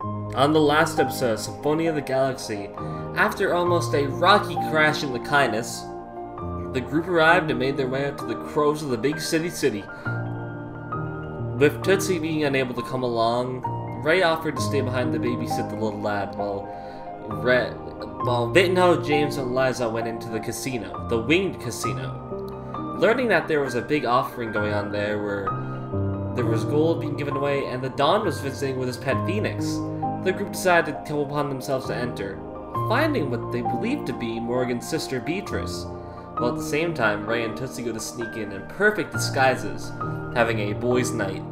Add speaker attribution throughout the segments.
Speaker 1: On the last episode of Symphony of the Galaxy, after almost a rocky crash in the Kindness, the group arrived and made their way up to the crows of the big city city. With Tootsie being unable to come along, Ray offered to stay behind to babysit the little lad while Red, while Vittenho, James, and Liza went into the casino, the winged casino. Learning that there was a big offering going on there where there was gold being given away, and the Don was visiting with his pet Phoenix. The group decided to call upon themselves to enter, finding what they believed to be Morgan's sister Beatrice. While at the same time, Ray and Tootsie go to sneak in in perfect disguises, having a boys' night.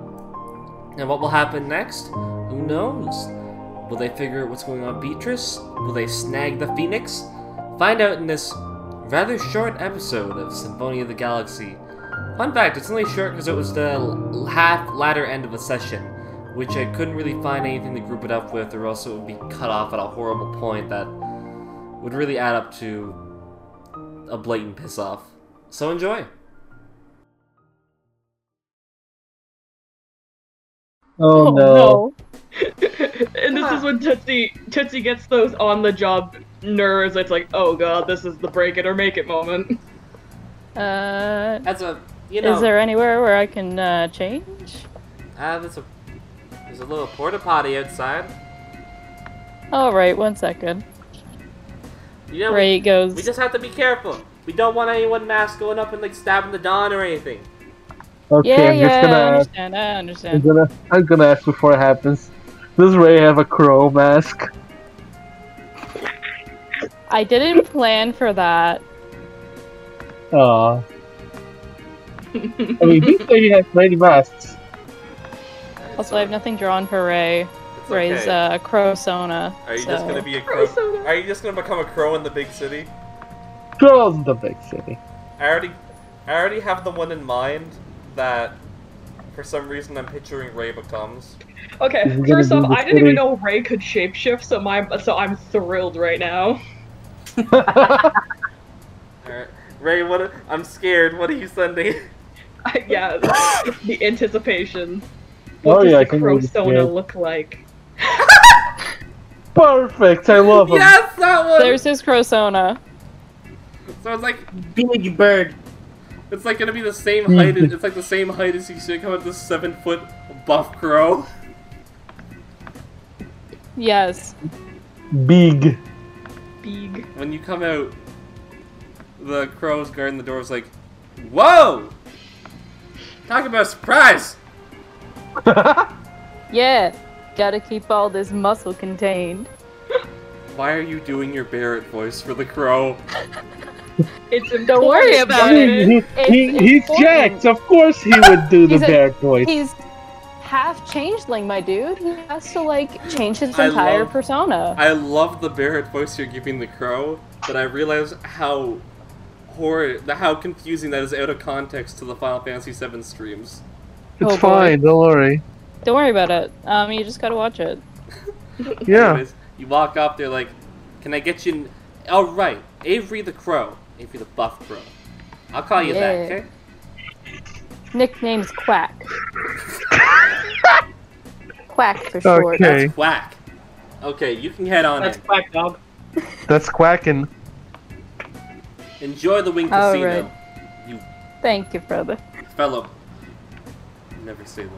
Speaker 1: And what will happen next? Who knows? Will they figure out what's going on, with Beatrice? Will they snag the Phoenix? Find out in this rather short episode of Symphony of the Galaxy. Fun fact, it's only short because it was the l- half latter end of a session, which I couldn't really find anything to group it up with, or else it would be cut off at a horrible point that would really add up to a blatant piss off. So enjoy!
Speaker 2: Oh, no.
Speaker 3: and this is when Tootsie Tootsie gets those on the job nerves. It's like, oh god, this is the break it or make it moment.
Speaker 4: Uh,
Speaker 1: That's a, you know,
Speaker 4: is there anywhere where I can uh, change?
Speaker 1: ah, that's a, there's a little porta potty outside.
Speaker 4: All right, one second.
Speaker 1: You know,
Speaker 4: Ray goes.
Speaker 1: we just have to be careful. We don't want anyone masked going up and like stabbing the Don or anything.
Speaker 2: Okay,
Speaker 4: yeah,
Speaker 2: I'm
Speaker 4: yeah,
Speaker 2: just
Speaker 4: I understand.
Speaker 2: gonna,
Speaker 4: I
Speaker 2: I'm
Speaker 4: understand.
Speaker 2: gonna, I'm gonna ask before it happens. Does Ray have a crow mask?
Speaker 4: I didn't plan for that.
Speaker 2: Aw. Oh. I mean, this lady has many masks.
Speaker 4: Also, I have nothing drawn for Ray.
Speaker 1: It's
Speaker 4: Ray's
Speaker 1: okay.
Speaker 4: uh, crow sona.
Speaker 1: Are you just
Speaker 4: so-
Speaker 1: gonna be a crow?
Speaker 3: Crow-sona.
Speaker 1: Are you just gonna become a crow in the big city?
Speaker 2: Crows in the big city.
Speaker 1: I already, I already have the one in mind that, for some reason, I'm picturing Ray becomes.
Speaker 3: Okay,
Speaker 2: This is
Speaker 3: first
Speaker 2: gonna
Speaker 3: off,
Speaker 2: be
Speaker 3: I
Speaker 2: the
Speaker 3: didn't
Speaker 2: city.
Speaker 3: even know Ray could shapeshift, so my so I'm thrilled right now.
Speaker 1: All right, Ray, what? a- I'm scared. What are you sending?
Speaker 3: yeah, the anticipation. What
Speaker 2: oh
Speaker 3: does
Speaker 2: yeah, I
Speaker 3: the
Speaker 2: can really see
Speaker 3: Crosona
Speaker 2: it.
Speaker 3: look like?
Speaker 2: Perfect, I love him.
Speaker 1: yes, that one.
Speaker 4: There's his crow sona.
Speaker 1: So it's like,
Speaker 5: Big bird.
Speaker 1: it's like gonna be the same height. as- it's like the same height as you should come with this seven foot buff crow.
Speaker 4: Yes.
Speaker 2: Big.
Speaker 3: Big.
Speaker 1: When you come out, the crow's guarding the door is like, whoa! Talk about surprise!
Speaker 4: Yeah. Gotta keep all this muscle contained.
Speaker 1: Why are you doing your Barrett voice for the crow?
Speaker 3: It's important.
Speaker 4: worry about
Speaker 3: damn
Speaker 4: it.
Speaker 2: he, he,
Speaker 4: It's
Speaker 2: he's
Speaker 4: important.
Speaker 2: jacked. Of course, he would do the
Speaker 4: He's a-
Speaker 2: bear voice.
Speaker 4: He's half changeling, my dude. He has to like change his
Speaker 1: I
Speaker 4: entire
Speaker 1: love-
Speaker 4: persona.
Speaker 1: I love the Barrett voice you're giving the crow, but I realize how horror, how confusing that is out of context to the Final Fantasy VII streams.
Speaker 4: Oh,
Speaker 2: It's
Speaker 4: boy.
Speaker 2: fine. Don't worry.
Speaker 4: Don't worry about it. Um, you just gotta watch it.
Speaker 2: Yeah.
Speaker 1: Anyways, you walk up, they're like, "Can I get you?" N- oh right, Avery the crow, Avery the buff crow. I'll call you that.
Speaker 4: Yeah.
Speaker 1: Okay.
Speaker 4: Nickname's Quack. Quack for short.
Speaker 2: Okay.
Speaker 1: Whack. Okay, you can head on
Speaker 5: That's
Speaker 1: in.
Speaker 5: quack dog.
Speaker 2: That's quacking.
Speaker 1: Enjoy the wing
Speaker 4: All
Speaker 1: casino,
Speaker 4: right. Thank you, brother.
Speaker 1: fellow. Never say that.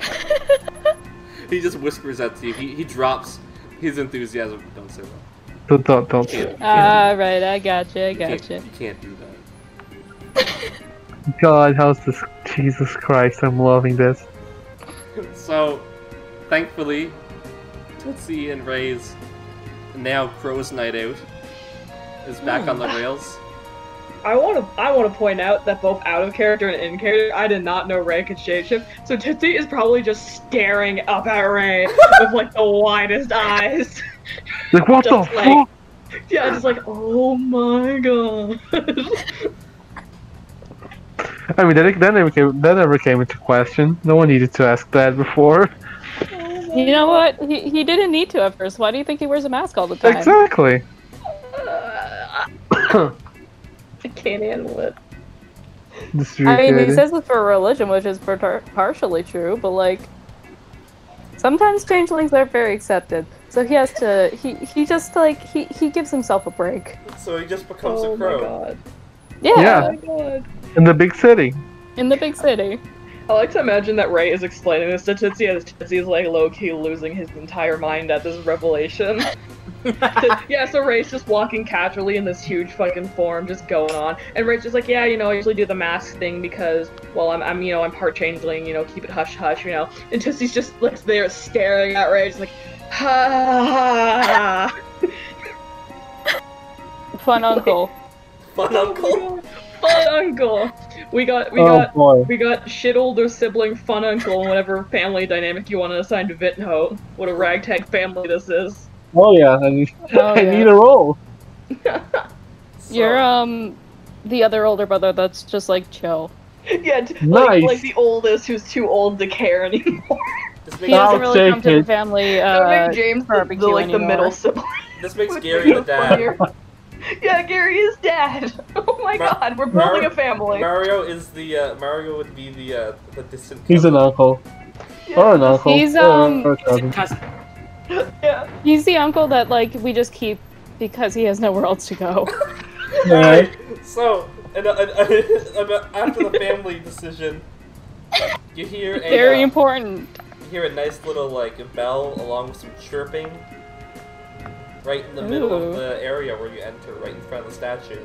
Speaker 1: he just whispers that to you. He, he drops his enthusiasm. Don't say that.
Speaker 2: Don't, don't, don't.
Speaker 1: You can't- you can't-
Speaker 4: All right, I gotcha, I
Speaker 1: you can't-
Speaker 4: gotcha.
Speaker 1: You can't do that.
Speaker 2: God, how's this? Jesus Christ, I'm loving this.
Speaker 1: So, thankfully, Tootsie and Ray's now Crow's Night Out is back
Speaker 4: Hmm.
Speaker 1: on the rails.
Speaker 3: I want to I want to point out that both out of character and in character, I did not know Ray could shapeshift. So Tootsie is probably just staring up at Ray with like the widest eyes.
Speaker 2: Like, what the
Speaker 3: Just like-
Speaker 2: fuck?
Speaker 3: Yeah, just like oh my god.
Speaker 2: I mean, that, that, never came, that never came into question. No one needed to ask that before.
Speaker 4: You know what? He, he didn't need to at first. Why do you think he wears a mask all the time?
Speaker 2: Exactly.
Speaker 3: I can't handle it.
Speaker 2: This
Speaker 4: I mean, he
Speaker 2: irritating.
Speaker 4: says it's for religion, which is par- partially true, but like, Sometimes changelings aren't very accepted, so he has to. He he just like he he gives himself a break.
Speaker 1: So he just becomes
Speaker 3: Oh
Speaker 1: a
Speaker 3: my
Speaker 1: crow.
Speaker 3: god.
Speaker 4: Yeah,
Speaker 2: Yeah.
Speaker 3: Oh my god.
Speaker 2: in the big city.
Speaker 4: in the big city.
Speaker 3: I like to imagine that Ray is explaining this to Tootsie as Tootsie is like low key losing his entire mind at this revelation. yeah, so Ray's just walking casually in this huge fucking form, just going on. And Ray's just like, yeah, you know, I usually do the mask thing because, well, I'm, I'm you know, I'm part changeling, you know, keep it hush hush, you know. And Tootsie's just like there staring at Ray, just like, ha ha, ha.
Speaker 4: Fun uncle.
Speaker 1: Fun uncle.
Speaker 3: Oh my God. Fun uncle. We got, we
Speaker 2: oh
Speaker 3: got.
Speaker 2: boy.
Speaker 3: We got shit older sibling fun uncle and whatever family dynamic you want to assign to Vittenhoe. What a ragtag family this is.
Speaker 2: Oh yeah, I need,
Speaker 4: Oh,
Speaker 2: I
Speaker 4: yeah.
Speaker 2: need a roll.
Speaker 1: So-
Speaker 4: You're um the other older brother that's just like chill.
Speaker 3: Yeah, t- like,
Speaker 2: Nice.
Speaker 3: like the oldest who's too old to care anymore.
Speaker 1: this
Speaker 4: He
Speaker 1: makes,
Speaker 2: I'll
Speaker 4: doesn't really come
Speaker 2: take
Speaker 4: to the
Speaker 2: it.
Speaker 4: family.
Speaker 3: Don't
Speaker 4: Uh,
Speaker 3: make James the,
Speaker 4: barbecue
Speaker 3: the, like the
Speaker 4: anymore.
Speaker 3: middle sibling.
Speaker 1: this makes Gary the dad.
Speaker 3: Funnier. yeah, Gary is dad. Oh my
Speaker 1: Mar-
Speaker 3: god, we're
Speaker 1: Mar-
Speaker 3: building a family.
Speaker 1: Mario is the uh, Mario would be the uh, the distant.
Speaker 2: He's an
Speaker 1: cousin.
Speaker 2: uncle
Speaker 3: yeah,
Speaker 2: or an uncle.
Speaker 4: He's,
Speaker 2: or-
Speaker 4: um,
Speaker 2: or a cousin.
Speaker 5: Cousin.
Speaker 3: yeah.
Speaker 4: he's the uncle that like we just keep because he has nowhere else to go.
Speaker 2: Yeah.
Speaker 1: So, and, uh, and, uh, about- after the family decision, you hear a
Speaker 4: Very
Speaker 1: uh,
Speaker 4: important.
Speaker 1: you hear a nice little like bell along with some chirping, right in the middle
Speaker 4: Ooh.
Speaker 1: of the area where you enter, right in front of the statue.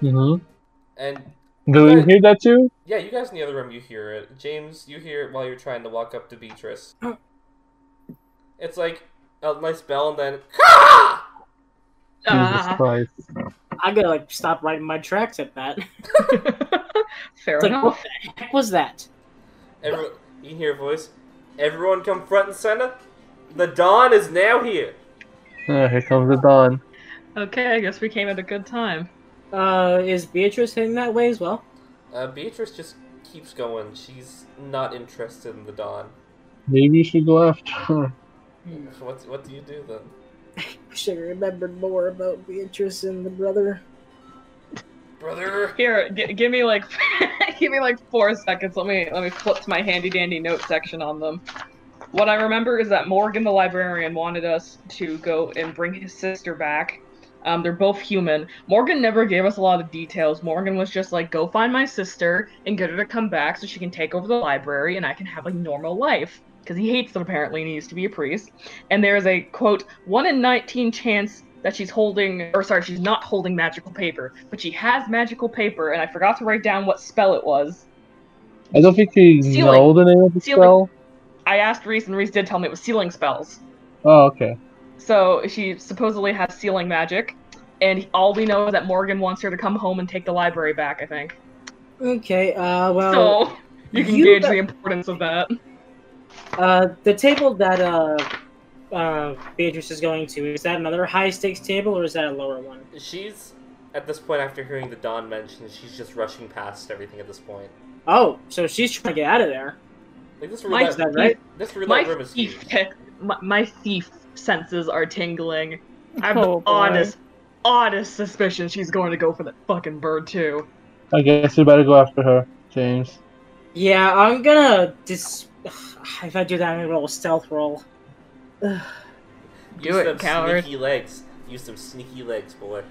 Speaker 2: hmm
Speaker 1: And
Speaker 2: Do you hear that too?
Speaker 1: yeah, you guys in the other room, you hear it. James, you hear it while you're trying to walk up to Beatrice. It's like a nice bell, and then
Speaker 2: Jesus
Speaker 4: Uh-huh.
Speaker 5: Ah,
Speaker 2: Christ.
Speaker 5: I gotta like stop right in my tracks at that.
Speaker 3: Fair
Speaker 5: It's like,
Speaker 3: enough.
Speaker 5: what the heck was that?
Speaker 1: every, you can hear a voice. Everyone, come front and center. The dawn is now here.
Speaker 2: Ah, here comes the dawn.
Speaker 3: Okay, I guess we came at a good time.
Speaker 5: Uh, is Beatrice heading that way as well?
Speaker 1: Uh, Beatrice just keeps going. She's not interested in the dawn.
Speaker 2: Maybe you should go left.
Speaker 1: What what do you do then?
Speaker 5: Should have remembered more about Beatrice and the brother.
Speaker 1: Brother,
Speaker 3: Here, g- give me like, give me like four seconds. Let me let me flip to my handy dandy note section on them. What I remember is that Morgan the librarian wanted us to go and bring his sister back. Um, they're both human. Morgan never gave us a lot of details. Morgan was just like, "Go find my sister and get her to come back so she can take over the library and I can have a normal life." Because he hates them apparently, and he used to be a priest. And there is a quote one in nineteen chance that she's holding, or sorry, she's not holding magical paper, but she has magical paper, and I forgot to write down what spell it was.
Speaker 2: I don't think you
Speaker 3: Ceiling.
Speaker 2: know the name of the
Speaker 3: Ceiling.
Speaker 2: spell.
Speaker 3: I asked Reese, and Reese did tell me it was sealing spells.
Speaker 2: Oh, okay.
Speaker 3: So she supposedly has sealing magic, and all we know is that Morgan wants her to come home and take the library back. I think.
Speaker 5: Okay, uh, well.
Speaker 3: so you can
Speaker 5: you
Speaker 3: gauge
Speaker 5: got-
Speaker 3: the importance of that.
Speaker 5: Uh, the table that uh, uh, Beatrice is going to is that another high stakes table or is that a lower one?
Speaker 1: she's at this point after hearing the dawn mentioned, she's just rushing past everything at this point.
Speaker 5: Oh, so she's trying to get out of there.
Speaker 1: Like this roulette,
Speaker 3: Mike's
Speaker 5: Is that right?
Speaker 1: this roulette
Speaker 3: My
Speaker 1: room is huge.
Speaker 3: thief, my, my thief senses are tingling. I have
Speaker 4: Oh,
Speaker 3: the
Speaker 4: boy.
Speaker 3: honest, honest suspicion she's going to go for that fucking bird too.
Speaker 2: I guess you better go after her, James.
Speaker 5: Yeah, I'm gonna dis. If I do that, I'm gonna roll a stealth roll. Ugh.
Speaker 3: Do
Speaker 1: Use
Speaker 3: it,
Speaker 1: them
Speaker 3: coward.
Speaker 1: sneaky legs. Use some sneaky legs, boy.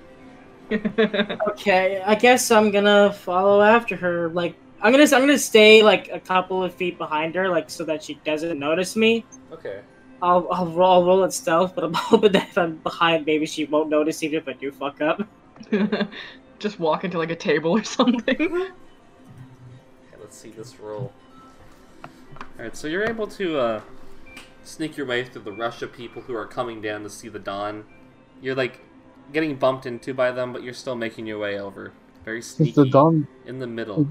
Speaker 5: Okay, I guess I'm gonna follow after her. Like, I'm gonna I'm gonna stay like a couple of feet behind her, like so that she doesn't notice me.
Speaker 1: Okay.
Speaker 5: I'll I'll roll, I'll roll at stealth, but I'm hoping that if I'm behind, maybe she won't notice even if I do fuck up.
Speaker 3: Just walk into like a table or something.
Speaker 1: Okay, let's see this roll. Alright, so you're able to uh, sneak your way through the rush of people who are coming down to see the dawn. You're like getting bumped into by them, but you're still making your way over. Very sneaky
Speaker 2: It's the dawn
Speaker 1: in the middle.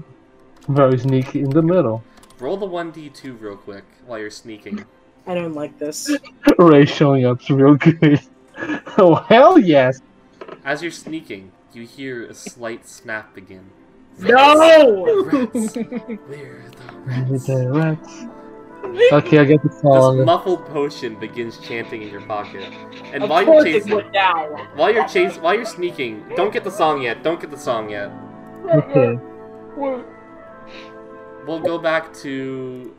Speaker 2: very sneaky in the middle.
Speaker 1: Roll the 1d2 real quick while you're sneaking.
Speaker 5: I don't like this.
Speaker 2: Ray showing up's real good. oh hell yes.
Speaker 1: As you're sneaking, you hear a slight snap begin.
Speaker 5: No!
Speaker 1: Rats. We're the
Speaker 2: With
Speaker 1: rats.
Speaker 2: the rats. Okay, I get the
Speaker 1: This
Speaker 2: song.
Speaker 1: muffled potion begins chanting in your pocket. And
Speaker 5: Of
Speaker 1: while you're
Speaker 5: course it
Speaker 1: chasing,
Speaker 5: would now.
Speaker 1: while you're chase, while you're sneaking, don't get the song yet. Don't get the song yet.
Speaker 2: Okay.
Speaker 1: We'll go back to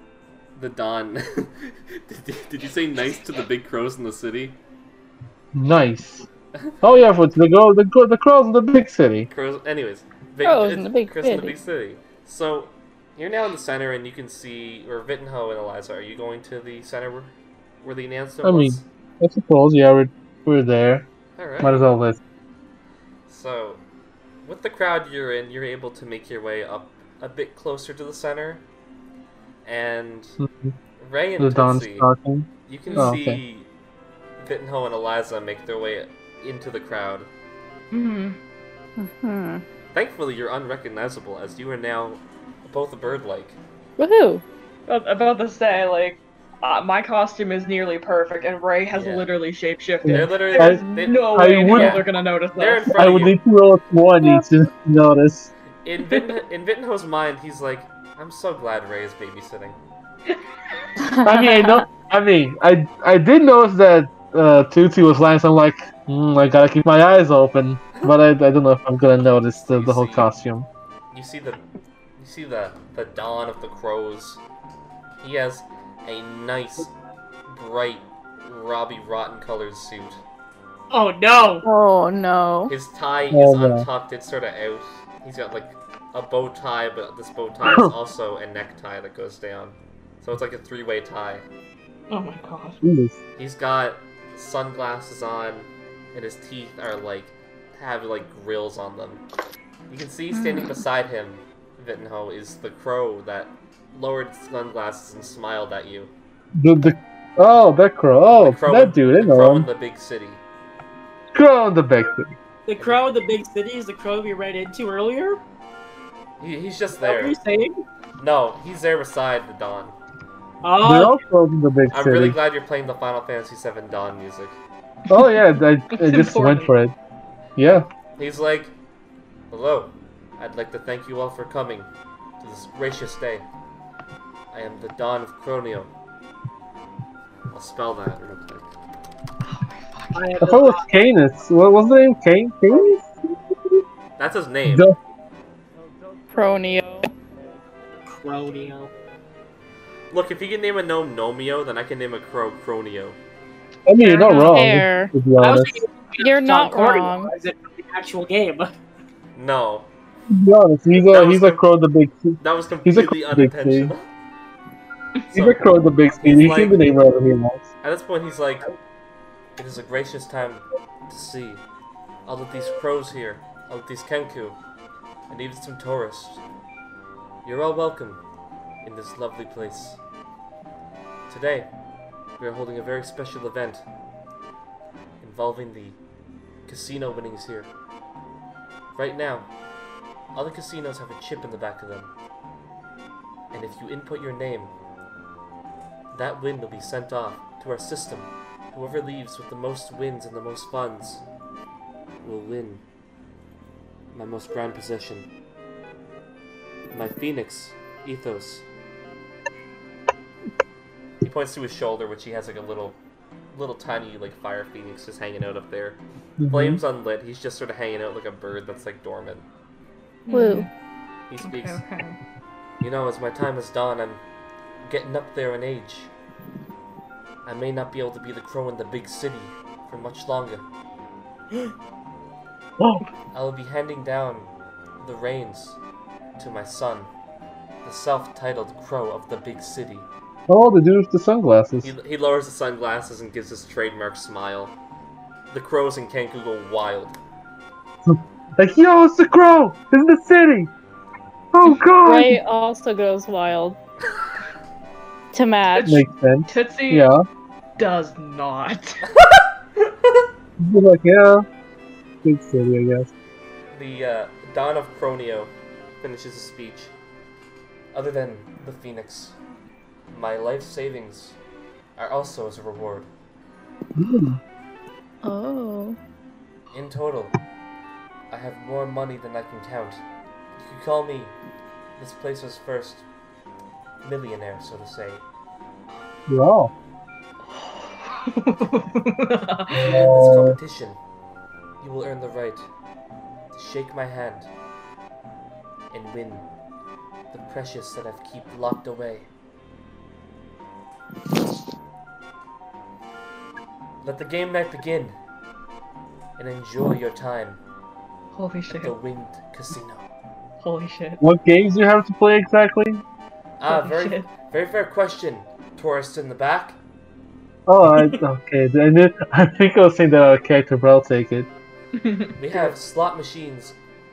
Speaker 1: the Don. did, you- did you say nice to the big crows in the city?
Speaker 2: Nice. Oh yeah, for the girl, the girl, the girls in the big city.
Speaker 1: Crows. Anyways, Vic,
Speaker 4: Crows
Speaker 1: it's-
Speaker 4: in the big
Speaker 1: crows in the
Speaker 4: city.
Speaker 1: big city. So you're now in the center, and you can see, or Vittenho and Eliza. Are you going to the center where, where the announcement
Speaker 2: I mean-
Speaker 1: was?
Speaker 2: I suppose. Yeah, we're we're there.
Speaker 1: All right.
Speaker 2: Might as well listen.
Speaker 1: So, with the crowd you're in, you're able to make your way up a bit closer to the center. And
Speaker 2: Mhm.
Speaker 1: Ray and
Speaker 2: The Don's
Speaker 1: Tootsie,
Speaker 2: talking.
Speaker 1: you can
Speaker 2: Oh,
Speaker 1: see
Speaker 2: okay.
Speaker 1: Vittenho and Eliza make their way into the crowd.
Speaker 3: Mm.
Speaker 4: Hmm.
Speaker 1: Thankfully, you're unrecognizable as you are now both bird like.
Speaker 4: Woohoo!
Speaker 3: About, about to say, like, uh, my costume is nearly perfect, and Ray has
Speaker 1: Yeah.
Speaker 3: literally shapeshifted.
Speaker 1: They're literally.
Speaker 3: There's
Speaker 1: they-
Speaker 3: no
Speaker 2: I
Speaker 3: way in hell
Speaker 1: would-
Speaker 3: they're gonna notice
Speaker 1: They're in
Speaker 3: this.
Speaker 1: front
Speaker 2: I
Speaker 1: of
Speaker 2: would
Speaker 1: you.
Speaker 2: need to roll a twenty to notice.
Speaker 1: In, Vitten, in Vittenho's mind, he's like, I'm so glad Ray is babysitting.
Speaker 2: I mean, I know. I mean, I I did notice that uh, Tootsie was lying. So I'm like, mm, I gotta keep my eyes open. But I, I don't know if I'm gonna notice the, the whole costume.
Speaker 1: You see the you see the the dawn of the crows. He has a nice bright Robbie Rotten colored suit.
Speaker 5: Oh no!
Speaker 4: oh no.
Speaker 1: His tie
Speaker 2: Oh,
Speaker 1: is
Speaker 2: no.
Speaker 1: untucked, it's sorta out. He's got like a bow tie, but this bow tie is also a necktie that goes down. So it's like a three way tie.
Speaker 3: Oh my god.
Speaker 2: Jesus.
Speaker 1: He's got sunglasses on, and his teeth are like have like grills on them. You can see
Speaker 2: Hmm.
Speaker 1: standing beside him, Vittenho, is the crow that lowered its sunglasses and smiled at you.
Speaker 2: The, the oh that crow oh
Speaker 1: The crow
Speaker 2: that dude I
Speaker 1: the crow
Speaker 2: know
Speaker 1: in
Speaker 2: him.
Speaker 1: the big city.
Speaker 2: crow in the big city.
Speaker 5: The crow of the big city is the crow we ran into earlier.
Speaker 1: He, he's just
Speaker 5: What were
Speaker 1: there.
Speaker 5: you saying?
Speaker 1: No, he's there beside the Don.
Speaker 2: They're
Speaker 5: Oh,
Speaker 2: all crows in the big
Speaker 1: I'm
Speaker 2: city.
Speaker 1: really glad you're playing the Final Fantasy VII Don music.
Speaker 2: Oh yeah, I, I just went
Speaker 3: important.
Speaker 2: for it. Yeah.
Speaker 1: He's like, Hello, I'd like to thank you all for coming to this gracious day. I am the Don of Cronio. I'll spell that real quick.
Speaker 5: I
Speaker 2: I thought it was Canis. What was the name? Cain? Canis?
Speaker 1: That's his name.
Speaker 2: Don-
Speaker 4: Cronio.
Speaker 5: crow Neo.
Speaker 1: Look, if you can name a gnome Nomio, then I can name a crow Cronio.
Speaker 2: I mean, you're not wrong.
Speaker 4: Fair.
Speaker 2: To be
Speaker 5: I was
Speaker 2: honest,
Speaker 5: thinking
Speaker 4: You're
Speaker 5: Don
Speaker 4: not
Speaker 5: Corneo.
Speaker 4: wrong.
Speaker 5: Is it from the actual game?
Speaker 1: No,
Speaker 2: to be honest, he's
Speaker 1: That
Speaker 2: a
Speaker 1: was
Speaker 2: he's a
Speaker 1: the-
Speaker 2: crow in the big city.
Speaker 1: that was
Speaker 2: He's a
Speaker 1: completely
Speaker 2: big thing.
Speaker 1: unintentional.
Speaker 2: He's
Speaker 1: So,
Speaker 2: a crow in the big city. He
Speaker 1: like-
Speaker 2: can be named whatever he wants.
Speaker 1: at this point, he's like, It is a gracious time to see all of these crows here, all of these Kenku, and even some tourists. You're all welcome in this lovely place. Today, we are holding a very special event involving the casino winnings here. Right now, all the casinos have a chip in the back of them. And if you input your name, that win will be sent off to our system. Whoever leaves with the most wins and the most funds will win my most grand possession. My phoenix, Ethos. He points to his shoulder, which he has like a little, little tiny like fire phoenix just hanging out up there. Flames unlit. He's just sort of hanging out like a bird that's like dormant.
Speaker 4: Woo.
Speaker 1: He
Speaker 3: Okay,
Speaker 1: speaks.
Speaker 3: Hmm. okay.
Speaker 1: You know, as my time has dawned, I'm getting up there in age. I may not be able to be the crow in the big city for much longer.
Speaker 2: Oh,
Speaker 1: I will be handing down the reins to my son, the self titled crow of the big city.
Speaker 2: oh, the dude with the sunglasses.
Speaker 1: He, he lowers the sunglasses and gives his trademark smile. The crows in Cancun go wild.
Speaker 2: Like, yo, it's the crow in the city. Oh god.
Speaker 4: Ray also goes wild. to match.
Speaker 2: Makes sense.
Speaker 3: Tootsie
Speaker 2: Yeah.
Speaker 3: does not.
Speaker 2: He's like, yeah. Big city, I guess.
Speaker 1: The uh, Don of Cronio finishes his speech. Other than the phoenix, my life savings are also as a reward.
Speaker 2: Hmm.
Speaker 4: Oh.
Speaker 1: In total, I have more money than I can count. You could call me this place's first millionaire, so to say.
Speaker 2: Wow.
Speaker 1: This competition, you will earn the right to shake my hand and win the precious that I've keep locked away Let the game night begin, and enjoy your time
Speaker 3: Holy
Speaker 1: at
Speaker 3: shit.
Speaker 1: the Winged Casino.
Speaker 3: Holy shit.
Speaker 2: What games do you have to play exactly?
Speaker 1: Ah,
Speaker 3: Holy
Speaker 1: very,
Speaker 3: shit.
Speaker 1: very fair question, tourist in the back.
Speaker 2: Oh, I, okay. I, knew, I think I was saying that out of character, but I'll take it.
Speaker 1: We have slot machines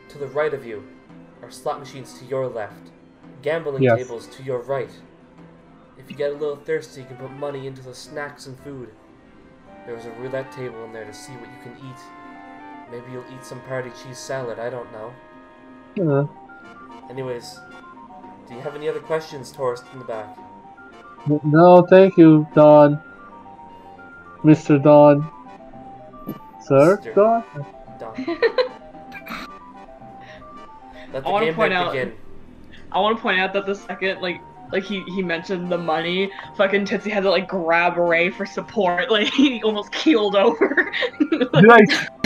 Speaker 1: to the right of you, or slot machines to your left, gambling
Speaker 2: Yes.
Speaker 1: tables to your right. If you get a little thirsty, you can put money into the snacks and food. There was a roulette table in there to see what you can eat. Maybe you'll eat some party cheese salad, I don't know.
Speaker 2: Uh,
Speaker 1: Anyways, do you have any other questions, tourist in the back?
Speaker 2: no, thank you, Don. Mr. Don. Sir?
Speaker 1: Mr..
Speaker 2: Don?
Speaker 1: Don. Let
Speaker 3: I
Speaker 1: the
Speaker 3: wanna
Speaker 1: game
Speaker 3: point
Speaker 1: night
Speaker 3: out-
Speaker 1: begin.
Speaker 3: I want to point out that the second, like, like he, he mentioned the money, fucking Tootsie had to like grab Ray for support. Like he almost keeled over.
Speaker 2: Did I,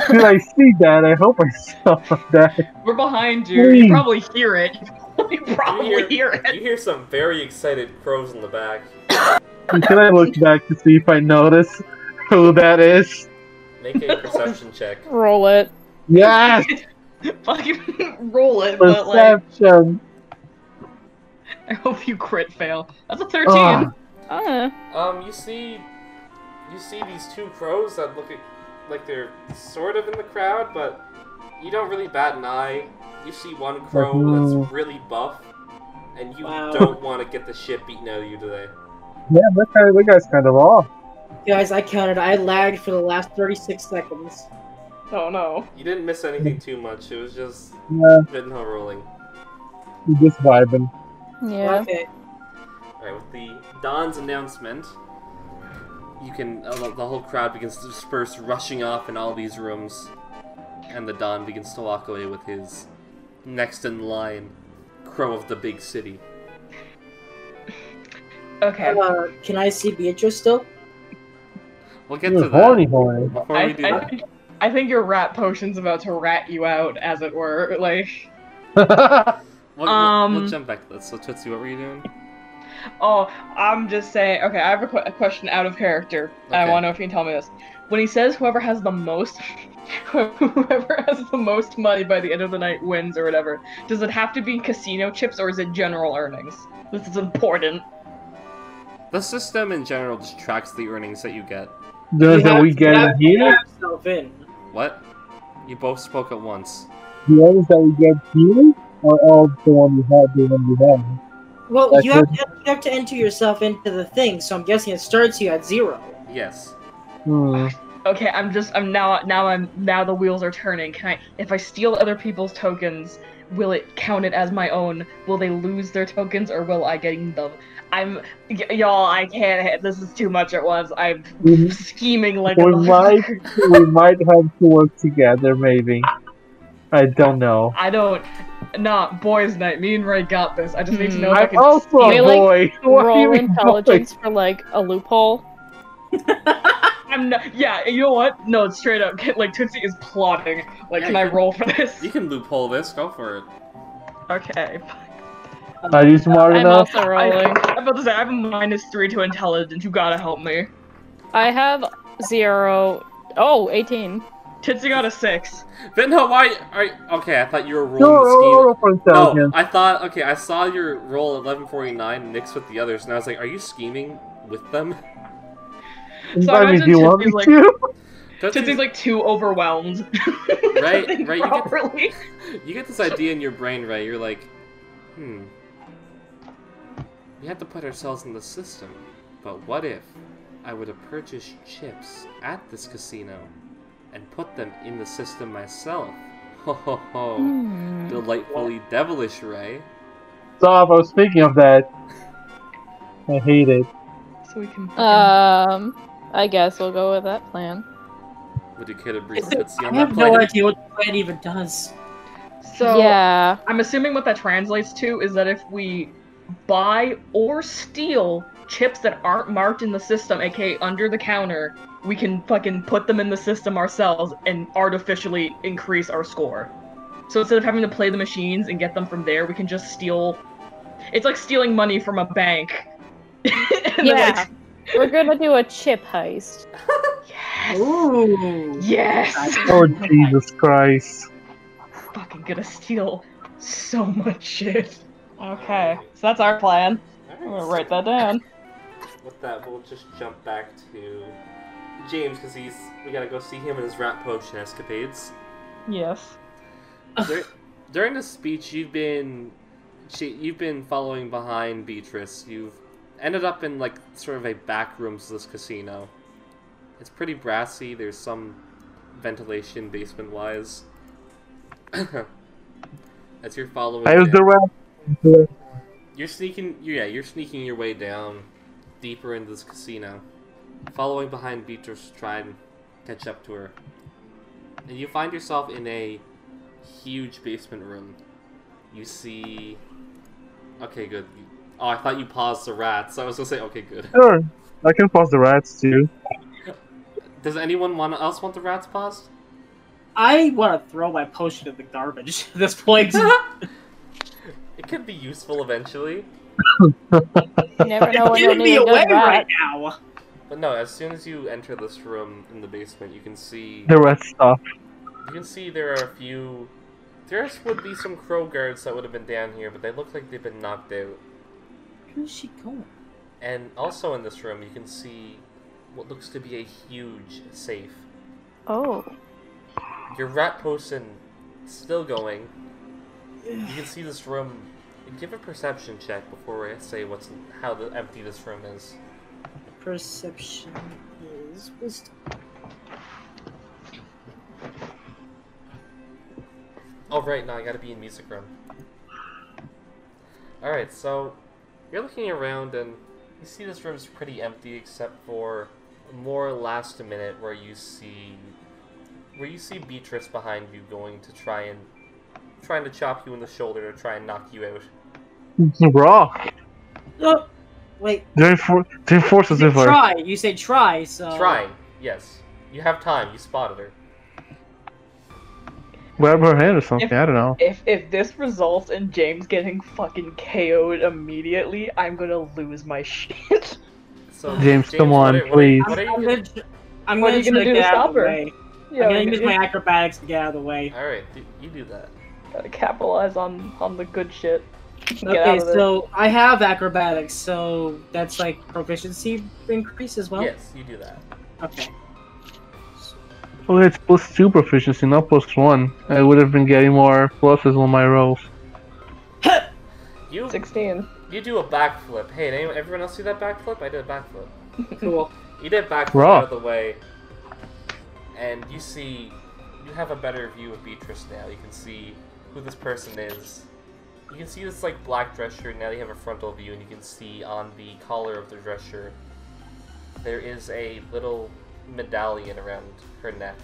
Speaker 2: did I see that? I hope I saw that.
Speaker 3: We're behind you. You
Speaker 2: Please.
Speaker 3: probably hear it. You probably
Speaker 1: hear-
Speaker 3: hear it.
Speaker 1: You hear some very excited crows in the back.
Speaker 2: Can I look back to see if I notice who that is?
Speaker 1: Make a perception check.
Speaker 4: Roll it.
Speaker 2: Yes!
Speaker 3: fucking roll it, but like
Speaker 2: Perception!
Speaker 3: I hope you crit fail. That's a thirteen.
Speaker 2: Ah.
Speaker 4: Uh,
Speaker 1: Um, you see, you see these two crows that look like they're sort of in the crowd, but you don't really bat an eye. You see one crow
Speaker 2: no.
Speaker 1: that's really buff, and you
Speaker 5: Wow.
Speaker 1: don't want to get the shit beaten out of you today.
Speaker 2: Yeah, that guy, that guy's kind of off.
Speaker 5: Guys, I counted. I lagged for the last 36 seconds.
Speaker 3: Oh no.
Speaker 1: You didn't miss anything too much. It was just
Speaker 2: Yeah,
Speaker 1: Vinho rolling.
Speaker 2: he's just vibing.
Speaker 4: yeah.
Speaker 5: Okay.
Speaker 1: All right, with the Don's announcement, you can uh, the the whole crowd begins to disperse, rushing off in all these rooms, and the Don begins to walk away with his next in line, crow of the big city.
Speaker 3: Okay.
Speaker 5: Uh, can I see Beatrice still?
Speaker 1: We'll get
Speaker 2: He
Speaker 1: to
Speaker 2: was
Speaker 1: that
Speaker 2: horny, horny.
Speaker 1: before
Speaker 3: I,
Speaker 1: we do
Speaker 3: I,
Speaker 1: that.
Speaker 3: think, I think your rat potion's about to rat you out, as it were. Like,
Speaker 1: We'll, we'll- we'll
Speaker 3: um,
Speaker 1: jump back to that. So Tootsie, what were you doing?
Speaker 3: oh, I'm just saying. Okay, I have a, qu- a question out of character. and I
Speaker 1: Okay.
Speaker 3: want to know if you can tell me this. When he says whoever has the most, whoever has the most money by the end of the night wins or whatever, does it have to be casino chips or is it general earnings? This is important.
Speaker 1: The system in general just tracks the earnings that you get.
Speaker 2: Does
Speaker 5: You
Speaker 2: that
Speaker 5: have-
Speaker 2: we get
Speaker 5: you have
Speaker 2: in
Speaker 5: to
Speaker 2: here?
Speaker 5: lock yourself in.
Speaker 1: What? You both spoke at once.
Speaker 2: The others that we get here are all the one we have, the one we have.
Speaker 5: Well,
Speaker 2: That's
Speaker 5: you have, to, you have to enter yourself into the thing, so I'm guessing it starts you at zero.
Speaker 1: Yes.
Speaker 2: Hmm.
Speaker 3: Okay, I'm just I'm now now I'm now the wheels are turning. Can I if I steal other people's tokens, will it count it as my own? Will they lose their tokens or will I gain them? I'm y- y'all, I can't this is too much at once. I'm
Speaker 2: We,
Speaker 3: scheming like a
Speaker 2: we might,
Speaker 3: motherfucker.
Speaker 2: we might have to work together, maybe. I don't know.
Speaker 3: I don't nah, boys night. Me and Ray got this. I just need to know if I
Speaker 2: Hmm. I'm
Speaker 3: can
Speaker 2: also a
Speaker 4: They,
Speaker 3: steal
Speaker 4: like,
Speaker 2: boy. What do you
Speaker 4: Roll
Speaker 2: mean,
Speaker 4: intelligence for like a loophole.
Speaker 3: I'm not, yeah, you know what? No, it's straight up like Tootsie is plotting. Like,
Speaker 1: Yeah,
Speaker 3: can
Speaker 1: you
Speaker 3: I
Speaker 1: can-
Speaker 3: roll for this?
Speaker 1: You can loophole this. Go for it.
Speaker 3: Okay.
Speaker 2: boy? Are you smart
Speaker 4: I'm
Speaker 2: enough?
Speaker 4: also
Speaker 3: I,
Speaker 4: rolling.
Speaker 3: I'm about to say I have a minus three to intelligence. You gotta help me.
Speaker 4: I have zero. Oh, 18.
Speaker 3: Tootsie got a six.
Speaker 1: Vinho, why are you... Okay, I thought you were rolling
Speaker 2: No,
Speaker 1: the scheme.
Speaker 2: roll, roll for
Speaker 1: No,
Speaker 2: intelligence.
Speaker 1: Oh, I thought okay, I saw your roll eleven forty nine mixed with the others, and I was like, are you scheming with them?
Speaker 4: Oh,
Speaker 3: so I
Speaker 2: I mean, do you
Speaker 3: imagine
Speaker 2: want me
Speaker 3: Tiffany's
Speaker 2: to?
Speaker 1: That's
Speaker 3: Tootsie's like too overwhelmed.
Speaker 1: Right,
Speaker 3: Think
Speaker 1: right, you get-
Speaker 3: properly.
Speaker 1: you get this idea in your brain, right? You're like, hmm. We have to put ourselves in the system, but what if I were to purchase chips at this casino and put them in the system myself? Ho ho ho!
Speaker 4: Hmm.
Speaker 1: Delightfully devilish, Ray.
Speaker 2: Stop, I was thinking of that. I hate it.
Speaker 3: So we can.
Speaker 4: Um, I guess we'll go with that plan.
Speaker 1: Would you care to brief
Speaker 5: Is it-
Speaker 1: Tootsie on
Speaker 5: I have
Speaker 1: that
Speaker 5: no
Speaker 1: plan?
Speaker 5: idea what the plan even does.
Speaker 3: so
Speaker 4: yeah.
Speaker 3: I'm assuming what that translates to is that if we buy or steal chips that aren't marked in the system, aka under the counter, we can fucking put them in the system ourselves and artificially increase our score. So instead of having to play the machines and get them from there, we can just steal. It's like stealing money from a bank. And then,
Speaker 4: Yeah.
Speaker 3: like,
Speaker 4: We're gonna do a chip heist.
Speaker 3: Yes.
Speaker 5: Ooh.
Speaker 3: Yes.
Speaker 2: Oh Jesus Christ!
Speaker 3: fucking gonna steal so much shit. Okay, so that's our plan. I'm gonna write that down.
Speaker 1: With that, we'll just jump back to James because he's. We gotta go see him and his rat potion escapades.
Speaker 3: Yes.
Speaker 1: Dur- During the speech, you've been she, you've been following behind Beatrice. You've ended up in like sort of a back rooms of this casino. It's pretty brassy. There's some ventilation basement wise. As you're following,
Speaker 2: I was
Speaker 1: down-
Speaker 2: the rat.
Speaker 1: you're sneaking. Yeah, you're sneaking your way down deeper into this casino, following behind Beatrice to try and catch up to her. And you find yourself in a huge basement room. You see. Okay, good. Oh, I thought you paused the rats. I was gonna say, okay, good.
Speaker 2: Sure, I can pause the rats too.
Speaker 1: Does anyone want else want the rats paused?
Speaker 5: I want to throw my potion in the garbage at this point.
Speaker 1: It could be useful eventually.
Speaker 4: You never know when you'll
Speaker 5: Give me
Speaker 4: need a
Speaker 5: away
Speaker 4: good
Speaker 5: right
Speaker 4: rat.
Speaker 5: now.
Speaker 1: But no, as soon as you enter this room in the basement, you can see.
Speaker 2: The rats stop.
Speaker 1: You can see there are a few. There would be some crow guards that would have been down here, but they look like they've been knocked out.
Speaker 5: Who's she going?
Speaker 1: And also in this room, you can see what looks to be a huge safe.
Speaker 4: Oh,
Speaker 1: Your rat potion still going. You can see this room. Give a perception check before I say what's how the, empty this room is.
Speaker 5: Perception is wisdom.
Speaker 1: Oh right, now I gotta be in music room. Alright, so you're looking around and you see this room's pretty empty except for more last minute where you see where you see Beatrice behind you going to try and trying to chop you in the shoulder to try and knock you out.
Speaker 2: Raw.
Speaker 5: Oh, wait.
Speaker 2: They're for they're forces
Speaker 5: You
Speaker 2: with her.
Speaker 5: try. You say try. So
Speaker 1: Trying, yes. You have time, you spotted her.
Speaker 2: Grab her hand or something. I don't know.
Speaker 3: If if this results in James getting fucking KO'd immediately, I'm gonna lose my shit.
Speaker 1: So
Speaker 2: James, come
Speaker 1: what
Speaker 2: on,
Speaker 1: are- what are-
Speaker 2: please.
Speaker 1: what are
Speaker 5: I'm,
Speaker 1: you
Speaker 5: I'm
Speaker 1: gonna-
Speaker 5: gonna. tr- I'm
Speaker 3: What are
Speaker 5: gonna
Speaker 3: you gonna
Speaker 5: try
Speaker 3: do to
Speaker 5: get out
Speaker 3: stop
Speaker 5: of the
Speaker 3: her?
Speaker 5: way.
Speaker 3: Yeah,
Speaker 5: I'm gonna use
Speaker 3: you
Speaker 5: my acrobatics to get out of the way.
Speaker 1: Alright, d- you do that.
Speaker 3: gotta capitalize on on the good shit. Get
Speaker 5: Okay,
Speaker 3: out of there.
Speaker 5: so I have acrobatics, so that's like proficiency increase as well.
Speaker 1: Yes, you do that.
Speaker 5: Okay.
Speaker 2: Well, it's plus two proficiency, not plus one. I would have been getting more pluses on my rolls.
Speaker 1: You
Speaker 3: Sixteen.
Speaker 1: you do a backflip. Hey, did anyone, everyone else do that backflip? I did a backflip.
Speaker 5: Cool.
Speaker 1: You did back
Speaker 2: Raw.
Speaker 1: out of the way, and you see, you have a better view of Beatrice now. You can see who this person is. You can see this like black dress shirt. Now you have a frontal view, and you can see on the collar of the dress shirt there is a little medallion around her neck,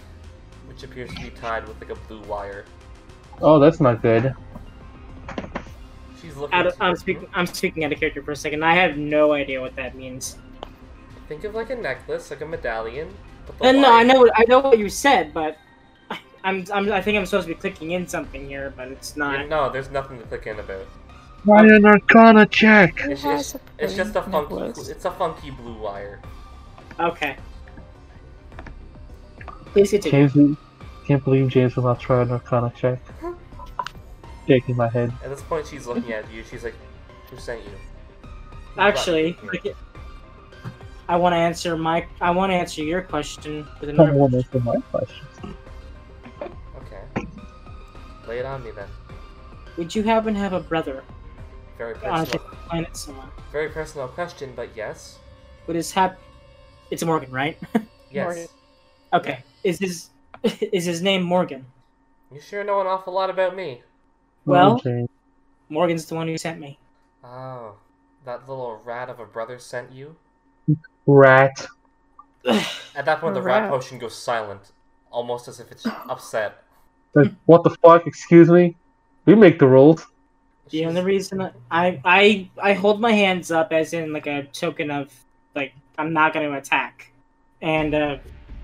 Speaker 1: which appears to be tied with like a blue wire.
Speaker 2: Oh, that's not good.
Speaker 1: She's looking.
Speaker 5: Out of,
Speaker 1: to-
Speaker 5: I'm speaking. I'm speaking out of character for a second. I have no idea what that means.
Speaker 1: Think of like a necklace, like a medallion. But the
Speaker 5: And no,
Speaker 1: wire-
Speaker 5: I know. what- I know what you said, but I- I'm, I'm. I think I'm supposed to be clicking in something here, but it's not.
Speaker 1: No, there's nothing to click in about.
Speaker 2: Why an arcana check?
Speaker 4: who
Speaker 1: It's
Speaker 4: has
Speaker 1: just,
Speaker 4: a
Speaker 1: it's just a
Speaker 4: brain
Speaker 1: funky,
Speaker 4: necklace?
Speaker 1: it's a funky blue wire.
Speaker 5: Okay. Please continue.
Speaker 2: James, can't believe James will not try an arcana check. Shaking my head.
Speaker 1: At this point, she's looking at you. She's like, "Who sent you?"
Speaker 5: Actually, I
Speaker 1: Right.
Speaker 5: get- I want to answer my. I want to answer your question with
Speaker 2: Come
Speaker 5: another.
Speaker 2: on, answer my questions. Oh,
Speaker 1: okay. Lay it on me then.
Speaker 5: Would you happen to have a brother
Speaker 1: Very
Speaker 5: on a
Speaker 1: personal,
Speaker 5: different planet somewhere?
Speaker 1: very personal question, but yes,
Speaker 5: Would his hap? It's Morgan, right?
Speaker 1: yes.
Speaker 3: Morgan.
Speaker 5: Okay. Is his is his name Morgan?
Speaker 1: You sure know an awful lot about me.
Speaker 5: Well-
Speaker 2: Oh, James.
Speaker 5: Morgan's the one who sent me.
Speaker 1: Oh, that little rat of a brother sent you.
Speaker 2: rat.
Speaker 1: At that point, the rat,
Speaker 4: Rat.
Speaker 1: potion goes silent, almost as if it's upset.
Speaker 2: Like, what the fuck? Excuse me. We make the rules.
Speaker 5: The
Speaker 1: She's-
Speaker 5: only reason I, I I hold my hands up as in like a token of like I'm not going to attack, and uh,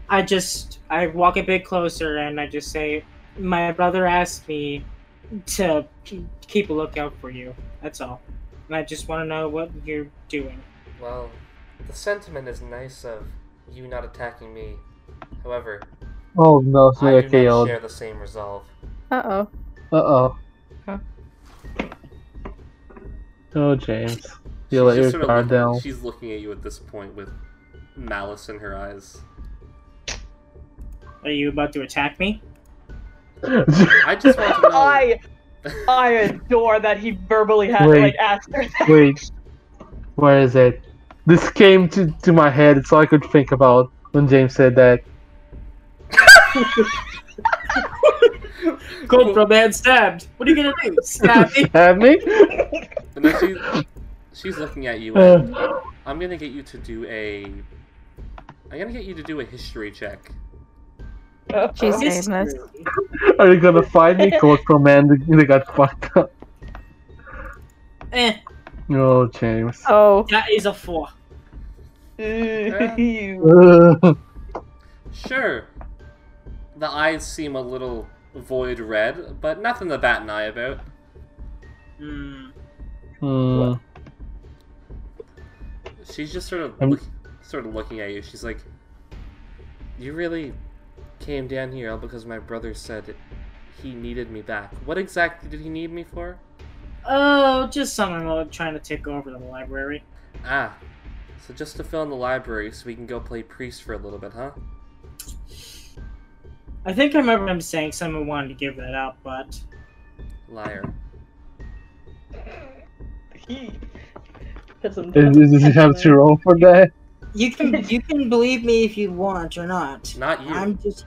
Speaker 5: I just I walk a bit closer and I just say, my brother asked me to keep a lookout for you. That's all, and I just want to know what you're doing.
Speaker 1: Well, The sentiment is nice of you not attacking me. However,
Speaker 2: Oh no, she
Speaker 1: I
Speaker 2: got
Speaker 1: do not
Speaker 2: KO'd.
Speaker 1: share the same resolve.
Speaker 4: Uh oh.
Speaker 2: Uh oh.
Speaker 3: Huh?
Speaker 2: Oh, James. You let
Speaker 1: She's
Speaker 2: your
Speaker 1: sort of
Speaker 2: guard
Speaker 1: looking-
Speaker 2: down.
Speaker 1: She's looking at you at this point with malice in her eyes.
Speaker 5: Are you about to attack me?
Speaker 1: I just want to know.
Speaker 3: I I adore that he verbally had
Speaker 2: Wait.
Speaker 3: like asked her that.
Speaker 2: Wait, where is it? This came to, to my head. It's all I could think about when James said that.
Speaker 5: Cobra man stabbed. What are you gonna do? Stab me?
Speaker 2: Have me?
Speaker 1: And then she, she's looking at you. And
Speaker 2: Uh,
Speaker 1: I'm gonna get you to do a. I'm gonna get you to do a history check.
Speaker 4: She's
Speaker 5: History.
Speaker 4: saying this.
Speaker 2: are you gonna find me, Coach Pro Man? They they got fucked up.
Speaker 5: Eh,
Speaker 2: Oh, James.
Speaker 4: Oh.
Speaker 5: that is a four.
Speaker 3: Ew.
Speaker 2: Ugh.
Speaker 1: Sure. The eyes seem a little void red, but nothing to bat an eye about.
Speaker 5: Hmm.
Speaker 2: Hmm.
Speaker 1: She's just sort of
Speaker 2: I'm-
Speaker 1: look, sort of looking at you. She's like, "You really came down here all because my brother said he needed me back. What exactly did he need me for?"
Speaker 5: Oh, just someone will- trying to take over the library.
Speaker 1: Ah, so just to fill in the library so we can go play priest for a little bit, huh?
Speaker 5: I think I remember him saying someone wanted to give that up, but
Speaker 1: Liar.
Speaker 3: He had some-
Speaker 2: Is, is, does he have to roll for that?
Speaker 5: you can you can believe me if you want or not.
Speaker 1: Not you.
Speaker 5: I'm just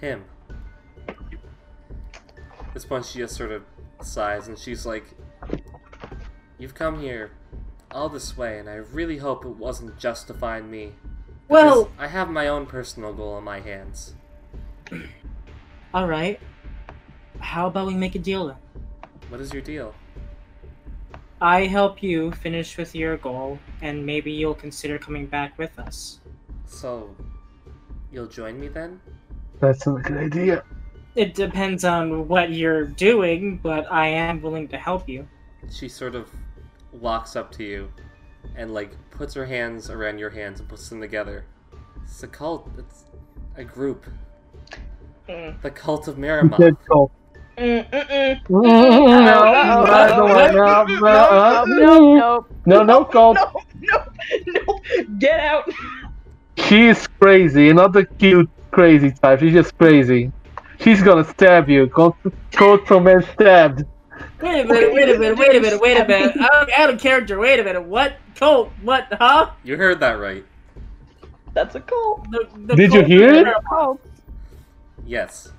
Speaker 1: Him. At this point, she just sort of sighs and she's like, You've come here all this way, and I really hope it wasn't just to find me. because
Speaker 5: well.
Speaker 1: I have my own personal goal on my hands.
Speaker 5: All right. How about we make a deal then?
Speaker 1: What is your deal?
Speaker 5: I help you finish with your goal, and maybe you'll consider coming back with us.
Speaker 1: So, you'll join me then?
Speaker 2: That's a good idea.
Speaker 5: It depends on what you're doing, but I am willing to help you.
Speaker 1: She sort of walks up to you and, like, puts her hands around your hands and puts them together. It's a cult. It's a group.
Speaker 3: Mm,
Speaker 1: The cult of
Speaker 2: You
Speaker 1: Miramon.
Speaker 2: did call.
Speaker 3: mm, mm, mm.
Speaker 2: No, no, no, no, no,
Speaker 4: Nope.
Speaker 2: no, no, call.
Speaker 3: No, no, no. Get out.
Speaker 2: She's crazy, not the cute crazy type. She's just crazy. She's gonna stab you. Go, go from man stabbed.
Speaker 5: Wait a minute, wait a minute, wait a minute, wait a minute. Out of, out of character, wait a minute. What? Colt, what, huh?
Speaker 1: You heard that right.
Speaker 3: That's a cult.
Speaker 5: The, the
Speaker 2: Did you
Speaker 5: Colt-
Speaker 2: hear it?
Speaker 4: Oh.
Speaker 1: Yes.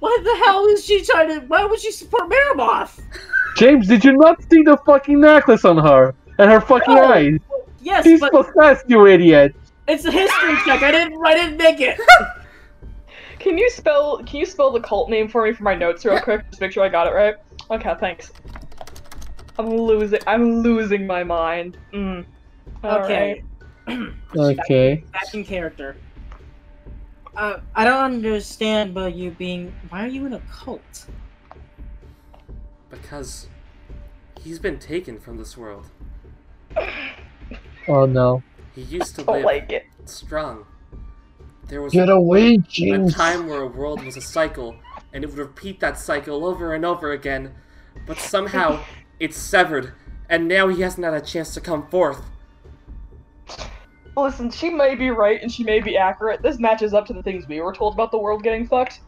Speaker 5: What the hell is she trying to. Why would she support Maramoth?
Speaker 2: James, did you not see the fucking necklace on her and her fucking
Speaker 5: No.
Speaker 2: eyes?
Speaker 5: Yes,
Speaker 2: She's
Speaker 5: but
Speaker 2: possessed, you idiot.
Speaker 5: it's a history check. I didn't, I didn't make it.
Speaker 3: Can you spell can you spell the cult name for me for my notes real quick? Just make sure I got it right. Okay, thanks. I'm losing I'm losing my mind. Mm. All
Speaker 5: Okay.
Speaker 2: Okay.
Speaker 5: Back in character. Uh, I don't understand about you being. Why are you in a cult?
Speaker 1: Because he's been taken from this world.
Speaker 2: Oh no.
Speaker 1: He used to
Speaker 3: right. Don't
Speaker 1: live
Speaker 3: like it.
Speaker 1: strong. There was
Speaker 2: Get away,
Speaker 1: a
Speaker 2: James.
Speaker 1: time where a world was a cycle, and it would repeat that cycle over and over again, but somehow it's severed, and now he hasn't had a chance to come forth.
Speaker 3: Listen, she may be right and she may be accurate. This matches up to the things we were told about the world getting fucked.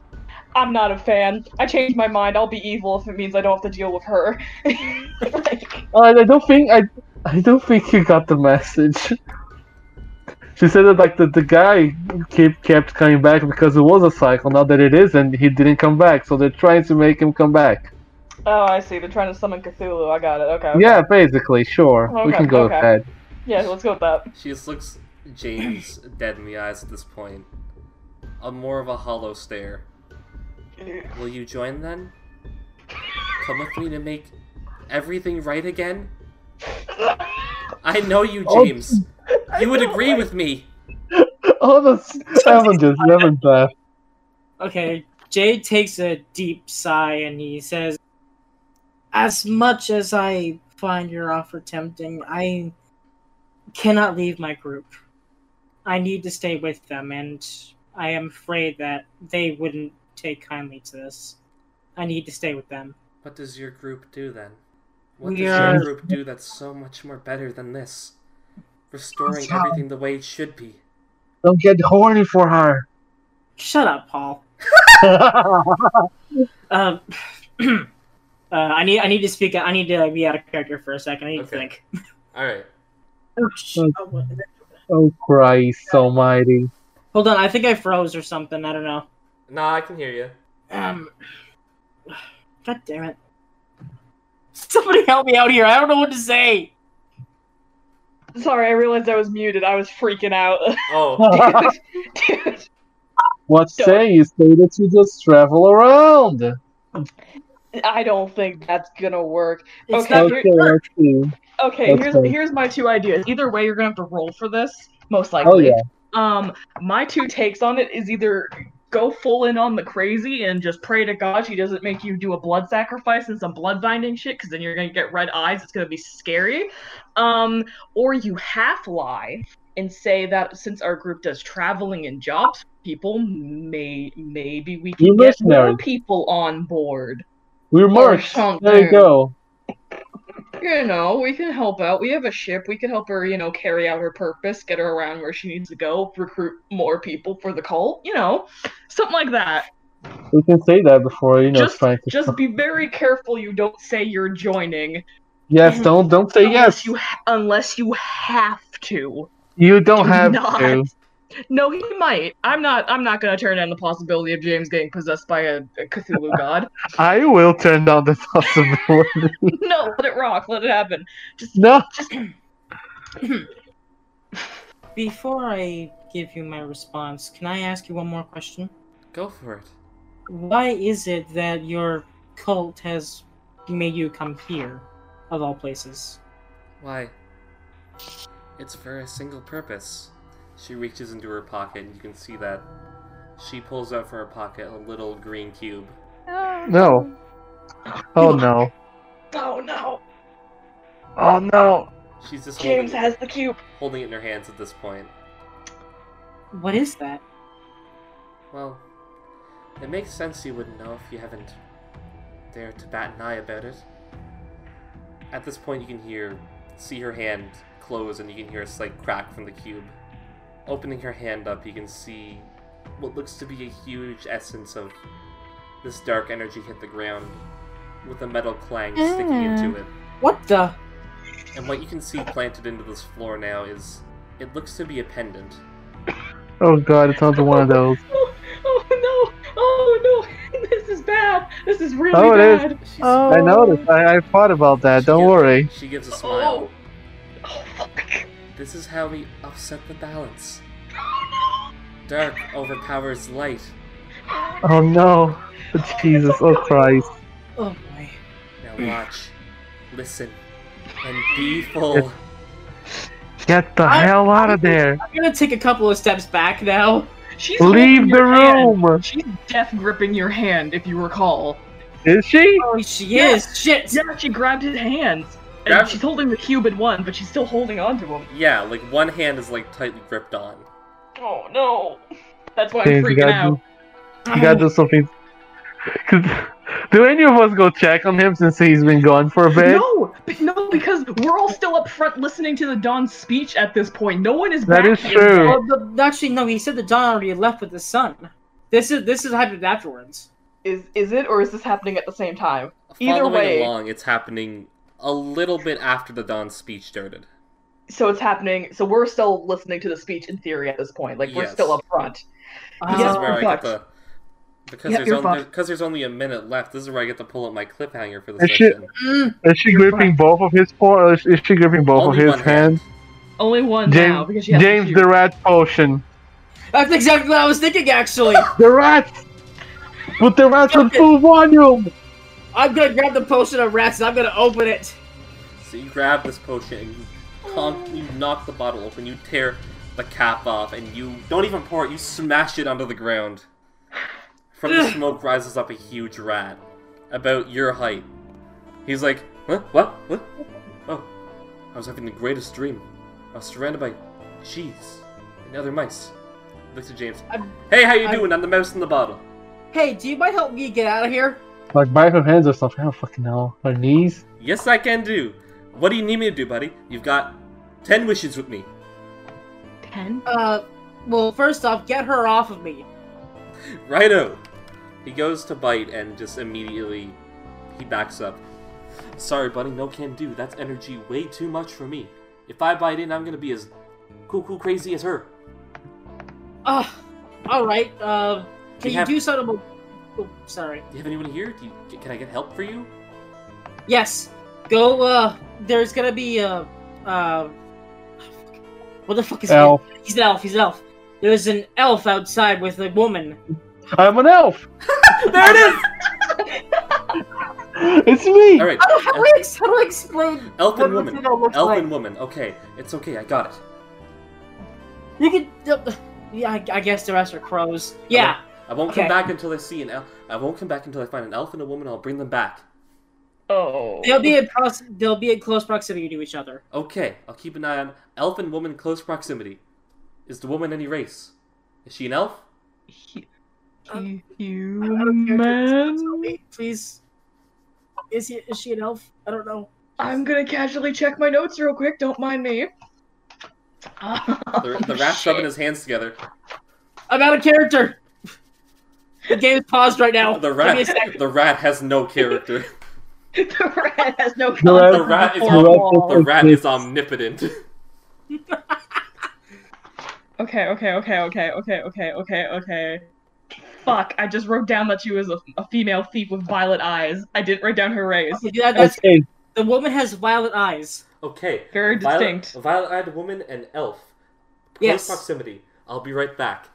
Speaker 3: I'm not a fan. I changed my mind. I'll be evil if it means I don't have to deal with her. like,
Speaker 2: Uh, I don't think I. I don't think you got the message. She said that like the, the guy kept kept coming back because it was a cycle. Now that it isn't, he didn't come back. So they're trying to make him come back.
Speaker 3: oh, I see. They're trying to summon Cthulhu. I got it. Okay. okay.
Speaker 2: Yeah, basically, sure. we
Speaker 3: Okay,
Speaker 2: can go
Speaker 3: okay.
Speaker 2: with that.
Speaker 3: Yeah, let's go with that.
Speaker 1: She just looks James dead in the eyes at this point. A more of a hollow stare. Will you join then? Come with me to make everything right again? I know you,
Speaker 2: Oh,
Speaker 1: James. you would agree with me.
Speaker 2: Oh, that's Evan just Evan left.
Speaker 5: Okay, Jay takes a deep sigh and he says, As much as I find your offer tempting, I cannot leave my group. I need to stay with them, and I am afraid that they wouldn't take kindly to this. I need to stay with them.
Speaker 1: What does your group do then? What
Speaker 5: We
Speaker 1: does
Speaker 5: are-
Speaker 1: your group do that's so much more better than this? Restoring
Speaker 6: Stop.
Speaker 1: everything the way it should be.
Speaker 2: Don't get horny for her.
Speaker 5: Shut up, Paul. Uh, uh, I need I need to speak. I need to be out of character for a second. I need
Speaker 1: Okay.
Speaker 5: to think.
Speaker 1: Alright.
Speaker 5: Oh, sh- oh, what-
Speaker 2: oh Christ Almighty!
Speaker 5: Hold on, I think I froze or something. I don't know.
Speaker 1: Nah, I can hear you.
Speaker 5: Um, God damn it! Somebody help me out here. I don't know what to say.
Speaker 3: Sorry, I realized I was muted. I was freaking out.
Speaker 1: Oh,
Speaker 3: Dude, dude.
Speaker 2: What
Speaker 3: Don't-
Speaker 2: say you say that you just travel around?
Speaker 3: I don't think that's gonna work.
Speaker 5: It's
Speaker 3: Okay.
Speaker 5: not-
Speaker 2: Okay, let's see.
Speaker 3: Okay,
Speaker 2: That's
Speaker 3: here's
Speaker 2: fair.
Speaker 3: here's my two ideas. Either way, you're gonna have to roll for this, most likely.
Speaker 2: Oh yeah,
Speaker 3: Um, my two takes on it is either go full in on the crazy and just pray to God she doesn't make you do a blood sacrifice and some blood binding shit, because then you're gonna get red eyes. It's gonna be scary. Um, or you half lie and say that since our group does traveling and jobs, people may maybe we
Speaker 2: You
Speaker 3: can get
Speaker 2: mercenary.
Speaker 3: more people on board.
Speaker 2: we're
Speaker 3: Or
Speaker 2: merged.
Speaker 3: something.
Speaker 2: There you go.
Speaker 3: you know, we can help out. We have a ship. We can help her, you know, carry out her purpose, get her around where she needs to go, recruit more people for the cult, you know, something like that.
Speaker 2: We can say that before you know
Speaker 3: just,
Speaker 2: trying to.
Speaker 3: just be very careful. You don't say you're joining
Speaker 2: yes, don't don't say yes.
Speaker 3: unless you ha- unless you have to.
Speaker 2: You don't
Speaker 3: do
Speaker 2: have
Speaker 3: not.
Speaker 2: to.
Speaker 3: No, he might. I'm not. I'm not gonna turn down the possibility of James getting possessed by a, a Cthulhu god.
Speaker 2: I will turn down the possibility.
Speaker 3: No, let it rock. Let it happen.
Speaker 2: no.
Speaker 5: Before I give you my response, can I ask you one more question?
Speaker 1: go for it.
Speaker 5: Why is it that your cult has made you come here, of all places?
Speaker 1: Why? It's for a single purpose. She reaches into her pocket, and you can see that she pulls out from her pocket a little green cube.
Speaker 2: No. Oh no.
Speaker 3: Oh no!
Speaker 2: Oh no.
Speaker 1: She's just holding,
Speaker 3: James has the cube.
Speaker 1: holding it in her hands at this point.
Speaker 5: What is that?
Speaker 1: Well, it makes sense you wouldn't know if you haven't dared to bat an eye about it. At this point, you can hear, see her hand close, and you can hear a slight crack from the cube. Opening her hand up, you can see what looks to be a huge essence of this dark energy hit the ground, with a metal clang sticking into it.
Speaker 5: What the?
Speaker 1: And what you can see planted into this floor now is it looks to be a pendant.
Speaker 2: Oh god, it's another one of those.
Speaker 3: Oh, oh no! Oh no! This is bad. This is really
Speaker 2: Oh, it is.
Speaker 3: bad.
Speaker 1: She's,
Speaker 4: Oh.
Speaker 2: I noticed. I, I thought about that. Don't
Speaker 1: Yeah.
Speaker 2: worry.
Speaker 1: She gives a smile.
Speaker 3: Oh fuck!
Speaker 1: This is how we upset the balance. Dark overpowers light.
Speaker 2: Oh no. Jesus. Oh Christ.
Speaker 5: Oh boy.
Speaker 1: Now
Speaker 3: Hmm.
Speaker 1: watch, listen, and be full.
Speaker 2: Get the
Speaker 5: I-
Speaker 2: hell out of there.
Speaker 5: I'm gonna take a couple of steps back now.
Speaker 3: She's holding
Speaker 2: Leave the
Speaker 3: your hand.
Speaker 2: room.
Speaker 3: She's death gripping your hand, if you recall.
Speaker 2: Is she?
Speaker 5: Oh, she
Speaker 3: Yeah.
Speaker 5: is. Shit.
Speaker 3: Yeah, she grabbed his hands. And
Speaker 1: Grab-
Speaker 3: she's holding the cube in one, but she's still holding on to him.
Speaker 1: Yeah, like one hand is like tightly gripped on.
Speaker 3: Oh no! That's why I'm
Speaker 2: James, you
Speaker 3: freaking
Speaker 2: gotta
Speaker 3: out.
Speaker 2: do- you gotta do something. 'Cause- do any of us go check on him since he's been gone for a bit?
Speaker 3: No, be- no, because we're all still up front listening to the Don's speech at this point. No one is.
Speaker 2: That
Speaker 3: back
Speaker 2: is
Speaker 3: yet.
Speaker 2: true.
Speaker 5: Oh, the, actually, no. He said the dawn already left with the sun. This is this is happened afterwards.
Speaker 3: Is is it or is this happening at the same time? Either
Speaker 1: Following
Speaker 3: way-
Speaker 1: along, it's happening a little bit after the Dawn speech started.
Speaker 3: So it's happening. So we're still listening to the speech in theory at this point. Like we're
Speaker 1: Yes.
Speaker 3: still up front.
Speaker 1: This
Speaker 3: Yes,
Speaker 1: is
Speaker 5: Oh,
Speaker 1: where I get
Speaker 3: fucked.
Speaker 1: the because
Speaker 3: Ah, Yeah,
Speaker 1: there's
Speaker 3: you're
Speaker 1: only
Speaker 3: fucked.
Speaker 1: because there's only a minute left. This is where I get to pull up my cliffhanger for the
Speaker 2: I should-
Speaker 1: section.
Speaker 5: mm,
Speaker 2: Is she gripping both of his paw? or Is is she gripping both
Speaker 1: Only
Speaker 2: of
Speaker 1: one
Speaker 2: his hands?
Speaker 3: Only one now because
Speaker 2: James,
Speaker 3: she has
Speaker 2: James
Speaker 3: the
Speaker 2: the
Speaker 3: cube.
Speaker 2: rat potion.
Speaker 5: that's exactly what I was thinking. Actually,
Speaker 2: The rat. But the rat with
Speaker 5: Okay.
Speaker 2: full volume.
Speaker 5: I'm gonna grab the potion of rats and I'm gonna open it.
Speaker 1: So you grab this potion and you, con- you knock the bottle open. You tear the cap off and you don't even pour it. You smash it onto the ground. From the
Speaker 5: Ugh.
Speaker 1: smoke rises up a huge rat, about your height. He's like, "Huh? What? What? Oh, I was having the greatest dream. I was surrounded by cheese and other mice. I looked at James.
Speaker 5: I'm-
Speaker 1: hey, how you
Speaker 5: I'm-
Speaker 1: doing? I'm the mouse in the bottle.
Speaker 5: Hey, do you mind helping me get out of here?
Speaker 2: Like by her hands or something. I don't fucking know. Her knees.
Speaker 1: Yes, I can do. What do you need me to do, buddy? You've got ten wishes with me.
Speaker 3: Ten.
Speaker 5: Uh, well, first off, get her off of me.
Speaker 1: Righto. He goes to bite and just immediately he backs up. Sorry, buddy, no can do. That's energy way too much for me. If I bite in, I'm gonna be as cuckoo crazy as her.
Speaker 5: Ugh. All right. Uh,
Speaker 1: We
Speaker 5: can you
Speaker 1: have-
Speaker 5: do something? about- Oh, sorry.
Speaker 1: Do you have anyone here? Do you, can I get help for you?
Speaker 5: Yes. Go. Uh, there's gonna be uh, uh, what the fuck is
Speaker 2: Elf.
Speaker 5: He? He's an elf. He's an elf. There's an elf outside with a woman.
Speaker 2: I'm an elf.
Speaker 1: There it is.
Speaker 2: It's me.
Speaker 1: All right,
Speaker 5: How do, how do I, ex- how do I explain?
Speaker 1: elf
Speaker 5: what
Speaker 1: and
Speaker 5: the
Speaker 1: woman.
Speaker 5: female looks
Speaker 1: Elf
Speaker 5: like?
Speaker 1: and woman. Okay, it's okay. I got it.
Speaker 5: You could. Uh, yeah, I, I guess the rest are crows. Yeah.
Speaker 1: I won't come
Speaker 5: Okay.
Speaker 1: back until I see an elf. I won't come back until I find an elf and a woman. I'll bring them back.
Speaker 3: Oh.
Speaker 5: They'll be in pros- they'll be in close proximity to each other.
Speaker 1: Okay, I'll keep an eye on elf and woman close proximity. Is the woman any race? Is she an elf?
Speaker 3: He-
Speaker 5: Um, I don't care if it's- tell
Speaker 2: Man.
Speaker 5: me, Please. Is he? Is she an elf? I don't know.
Speaker 3: I'm gonna casually check my notes real quick. Don't mind me.
Speaker 1: The, the rat's rubbing his hands together.
Speaker 5: I'm out of character. The game is paused right now.
Speaker 1: The
Speaker 5: Give me a
Speaker 1: rat,
Speaker 5: sec.
Speaker 1: the rat has no character.
Speaker 3: the rat has no.
Speaker 2: The rat-
Speaker 1: The rat is
Speaker 2: The
Speaker 1: on-
Speaker 2: rat-
Speaker 1: the rat is omnipotent.
Speaker 3: Okay, okay, okay, okay, okay, okay, okay, okay. Fuck! I just wrote down that she was a, a female thief with violet eyes. I didn't write down her race.
Speaker 5: Okay, that- that's-
Speaker 2: Okay.
Speaker 5: the woman has violet eyes.
Speaker 1: Okay,
Speaker 3: Very
Speaker 1: violet,
Speaker 3: distinct.
Speaker 1: violet-eyed woman and elf. Close
Speaker 5: Yes.
Speaker 1: proximity. I'll be right back.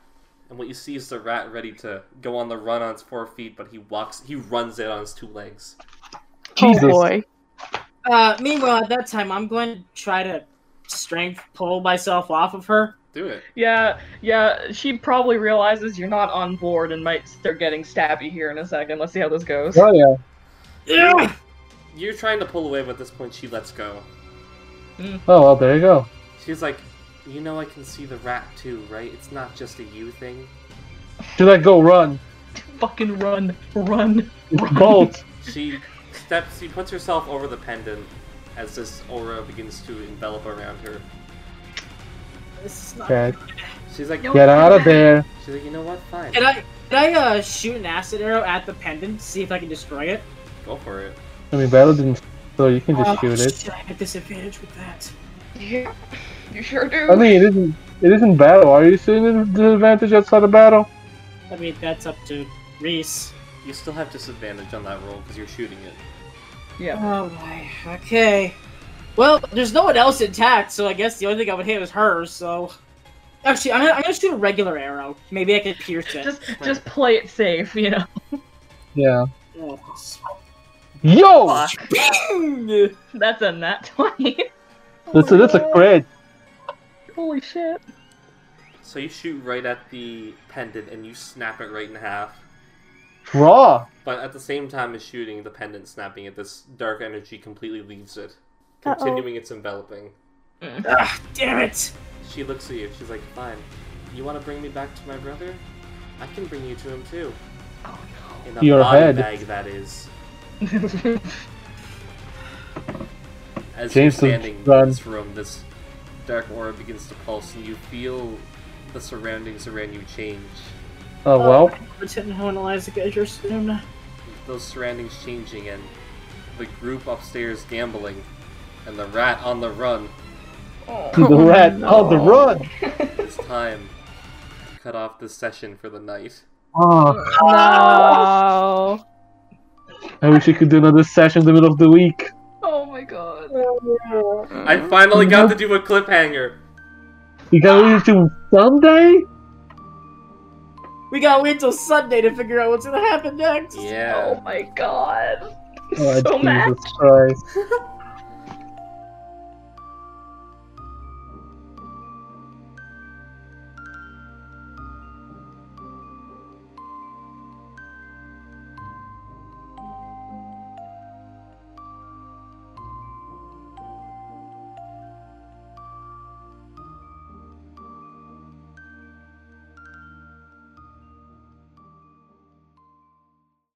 Speaker 1: And what you see is the rat ready to go on the run on its four feet, but he walks, he runs it on his two legs.
Speaker 4: Oh
Speaker 2: Jesus.
Speaker 4: boy.
Speaker 5: Uh, meanwhile, at that time, I'm going to try to strength pull myself off of her.
Speaker 1: Do it.
Speaker 3: Yeah, yeah. She probably realizes you're not on board and might start getting stabby here in a second. Let's see how this goes.
Speaker 2: Oh yeah.
Speaker 5: Ugh!
Speaker 1: You're trying to pull away, but at this point she lets go.
Speaker 2: Oh well, there you go.
Speaker 1: She's like, you know, I can see the rat too, right? It's not just a you thing.
Speaker 2: Should I go run?
Speaker 3: Fucking run, run.
Speaker 2: Bolt.
Speaker 1: She steps, she puts herself over the pendant as this aura begins to envelop around her.
Speaker 5: This is not.
Speaker 2: Okay.
Speaker 1: She's like,
Speaker 2: Get out of there.
Speaker 1: she's like, you know what? Fine,
Speaker 5: Can I? Can I uh, shoot an acid arrow at the pendant? See if I can destroy it.
Speaker 1: go for it.
Speaker 2: I mean, battle didn't. So you can just
Speaker 5: Oh,
Speaker 2: shoot it.
Speaker 5: shit, I had disadvantage with that.
Speaker 3: Yeah, you sure do.
Speaker 2: I mean, it isn't. It isn't battle. Are you seeing the disadvantage outside of battle?
Speaker 5: I mean, that's up to Reese.
Speaker 1: You still have disadvantage on that roll because you're shooting it.
Speaker 3: yeah.
Speaker 5: Oh my. Okay. Well, there's no one else intact, so I guess the only thing I would hit was her. So, actually, I'm gonna, I'm gonna shoot a regular arrow. Maybe I can pierce it.
Speaker 3: Just, just play it safe, you know.
Speaker 2: Yeah.
Speaker 5: Oh,
Speaker 2: Yo.
Speaker 5: Bing!
Speaker 3: That's a nat twenty.
Speaker 2: That's a, that's a crit.
Speaker 3: Holy shit.
Speaker 1: So you shoot right at the pendant and you snap it right in half.
Speaker 2: Raw.
Speaker 1: But at the same time as shooting the pendant snapping it, this dark energy completely leaves it,
Speaker 4: Uh-oh.
Speaker 1: continuing its enveloping.
Speaker 5: Ah, damn it!
Speaker 1: She looks at you. She's like, "Fine. You want to bring me back to my brother? I can bring you to him too."
Speaker 3: Oh
Speaker 1: In a
Speaker 2: Your
Speaker 1: body
Speaker 2: head.
Speaker 1: bag, that is.
Speaker 3: no.
Speaker 1: As
Speaker 2: James
Speaker 1: you're
Speaker 2: is
Speaker 1: standing in
Speaker 2: done.
Speaker 1: this room, this dark aura begins to pulse, and you feel the surroundings around you change.
Speaker 2: Oh well.
Speaker 5: Pretend how Eliza gets your soon.
Speaker 1: Those surroundings changing, and the group upstairs gambling, and the rat on the run.
Speaker 2: The rat on the run.
Speaker 1: It's time to cut off this session for the night.
Speaker 2: Oh,
Speaker 4: No.
Speaker 2: I wish we could do another session in the middle of the week.
Speaker 3: Oh my god.
Speaker 4: Oh.
Speaker 1: I finally got to do a cliffhanger.
Speaker 2: You gotta leave it to Sunday.
Speaker 5: We gotta wait till Sunday to figure out what's gonna happen next.
Speaker 1: Yeah.
Speaker 3: Oh my god.
Speaker 2: Oh,
Speaker 3: so mad.
Speaker 2: Jesus Christ.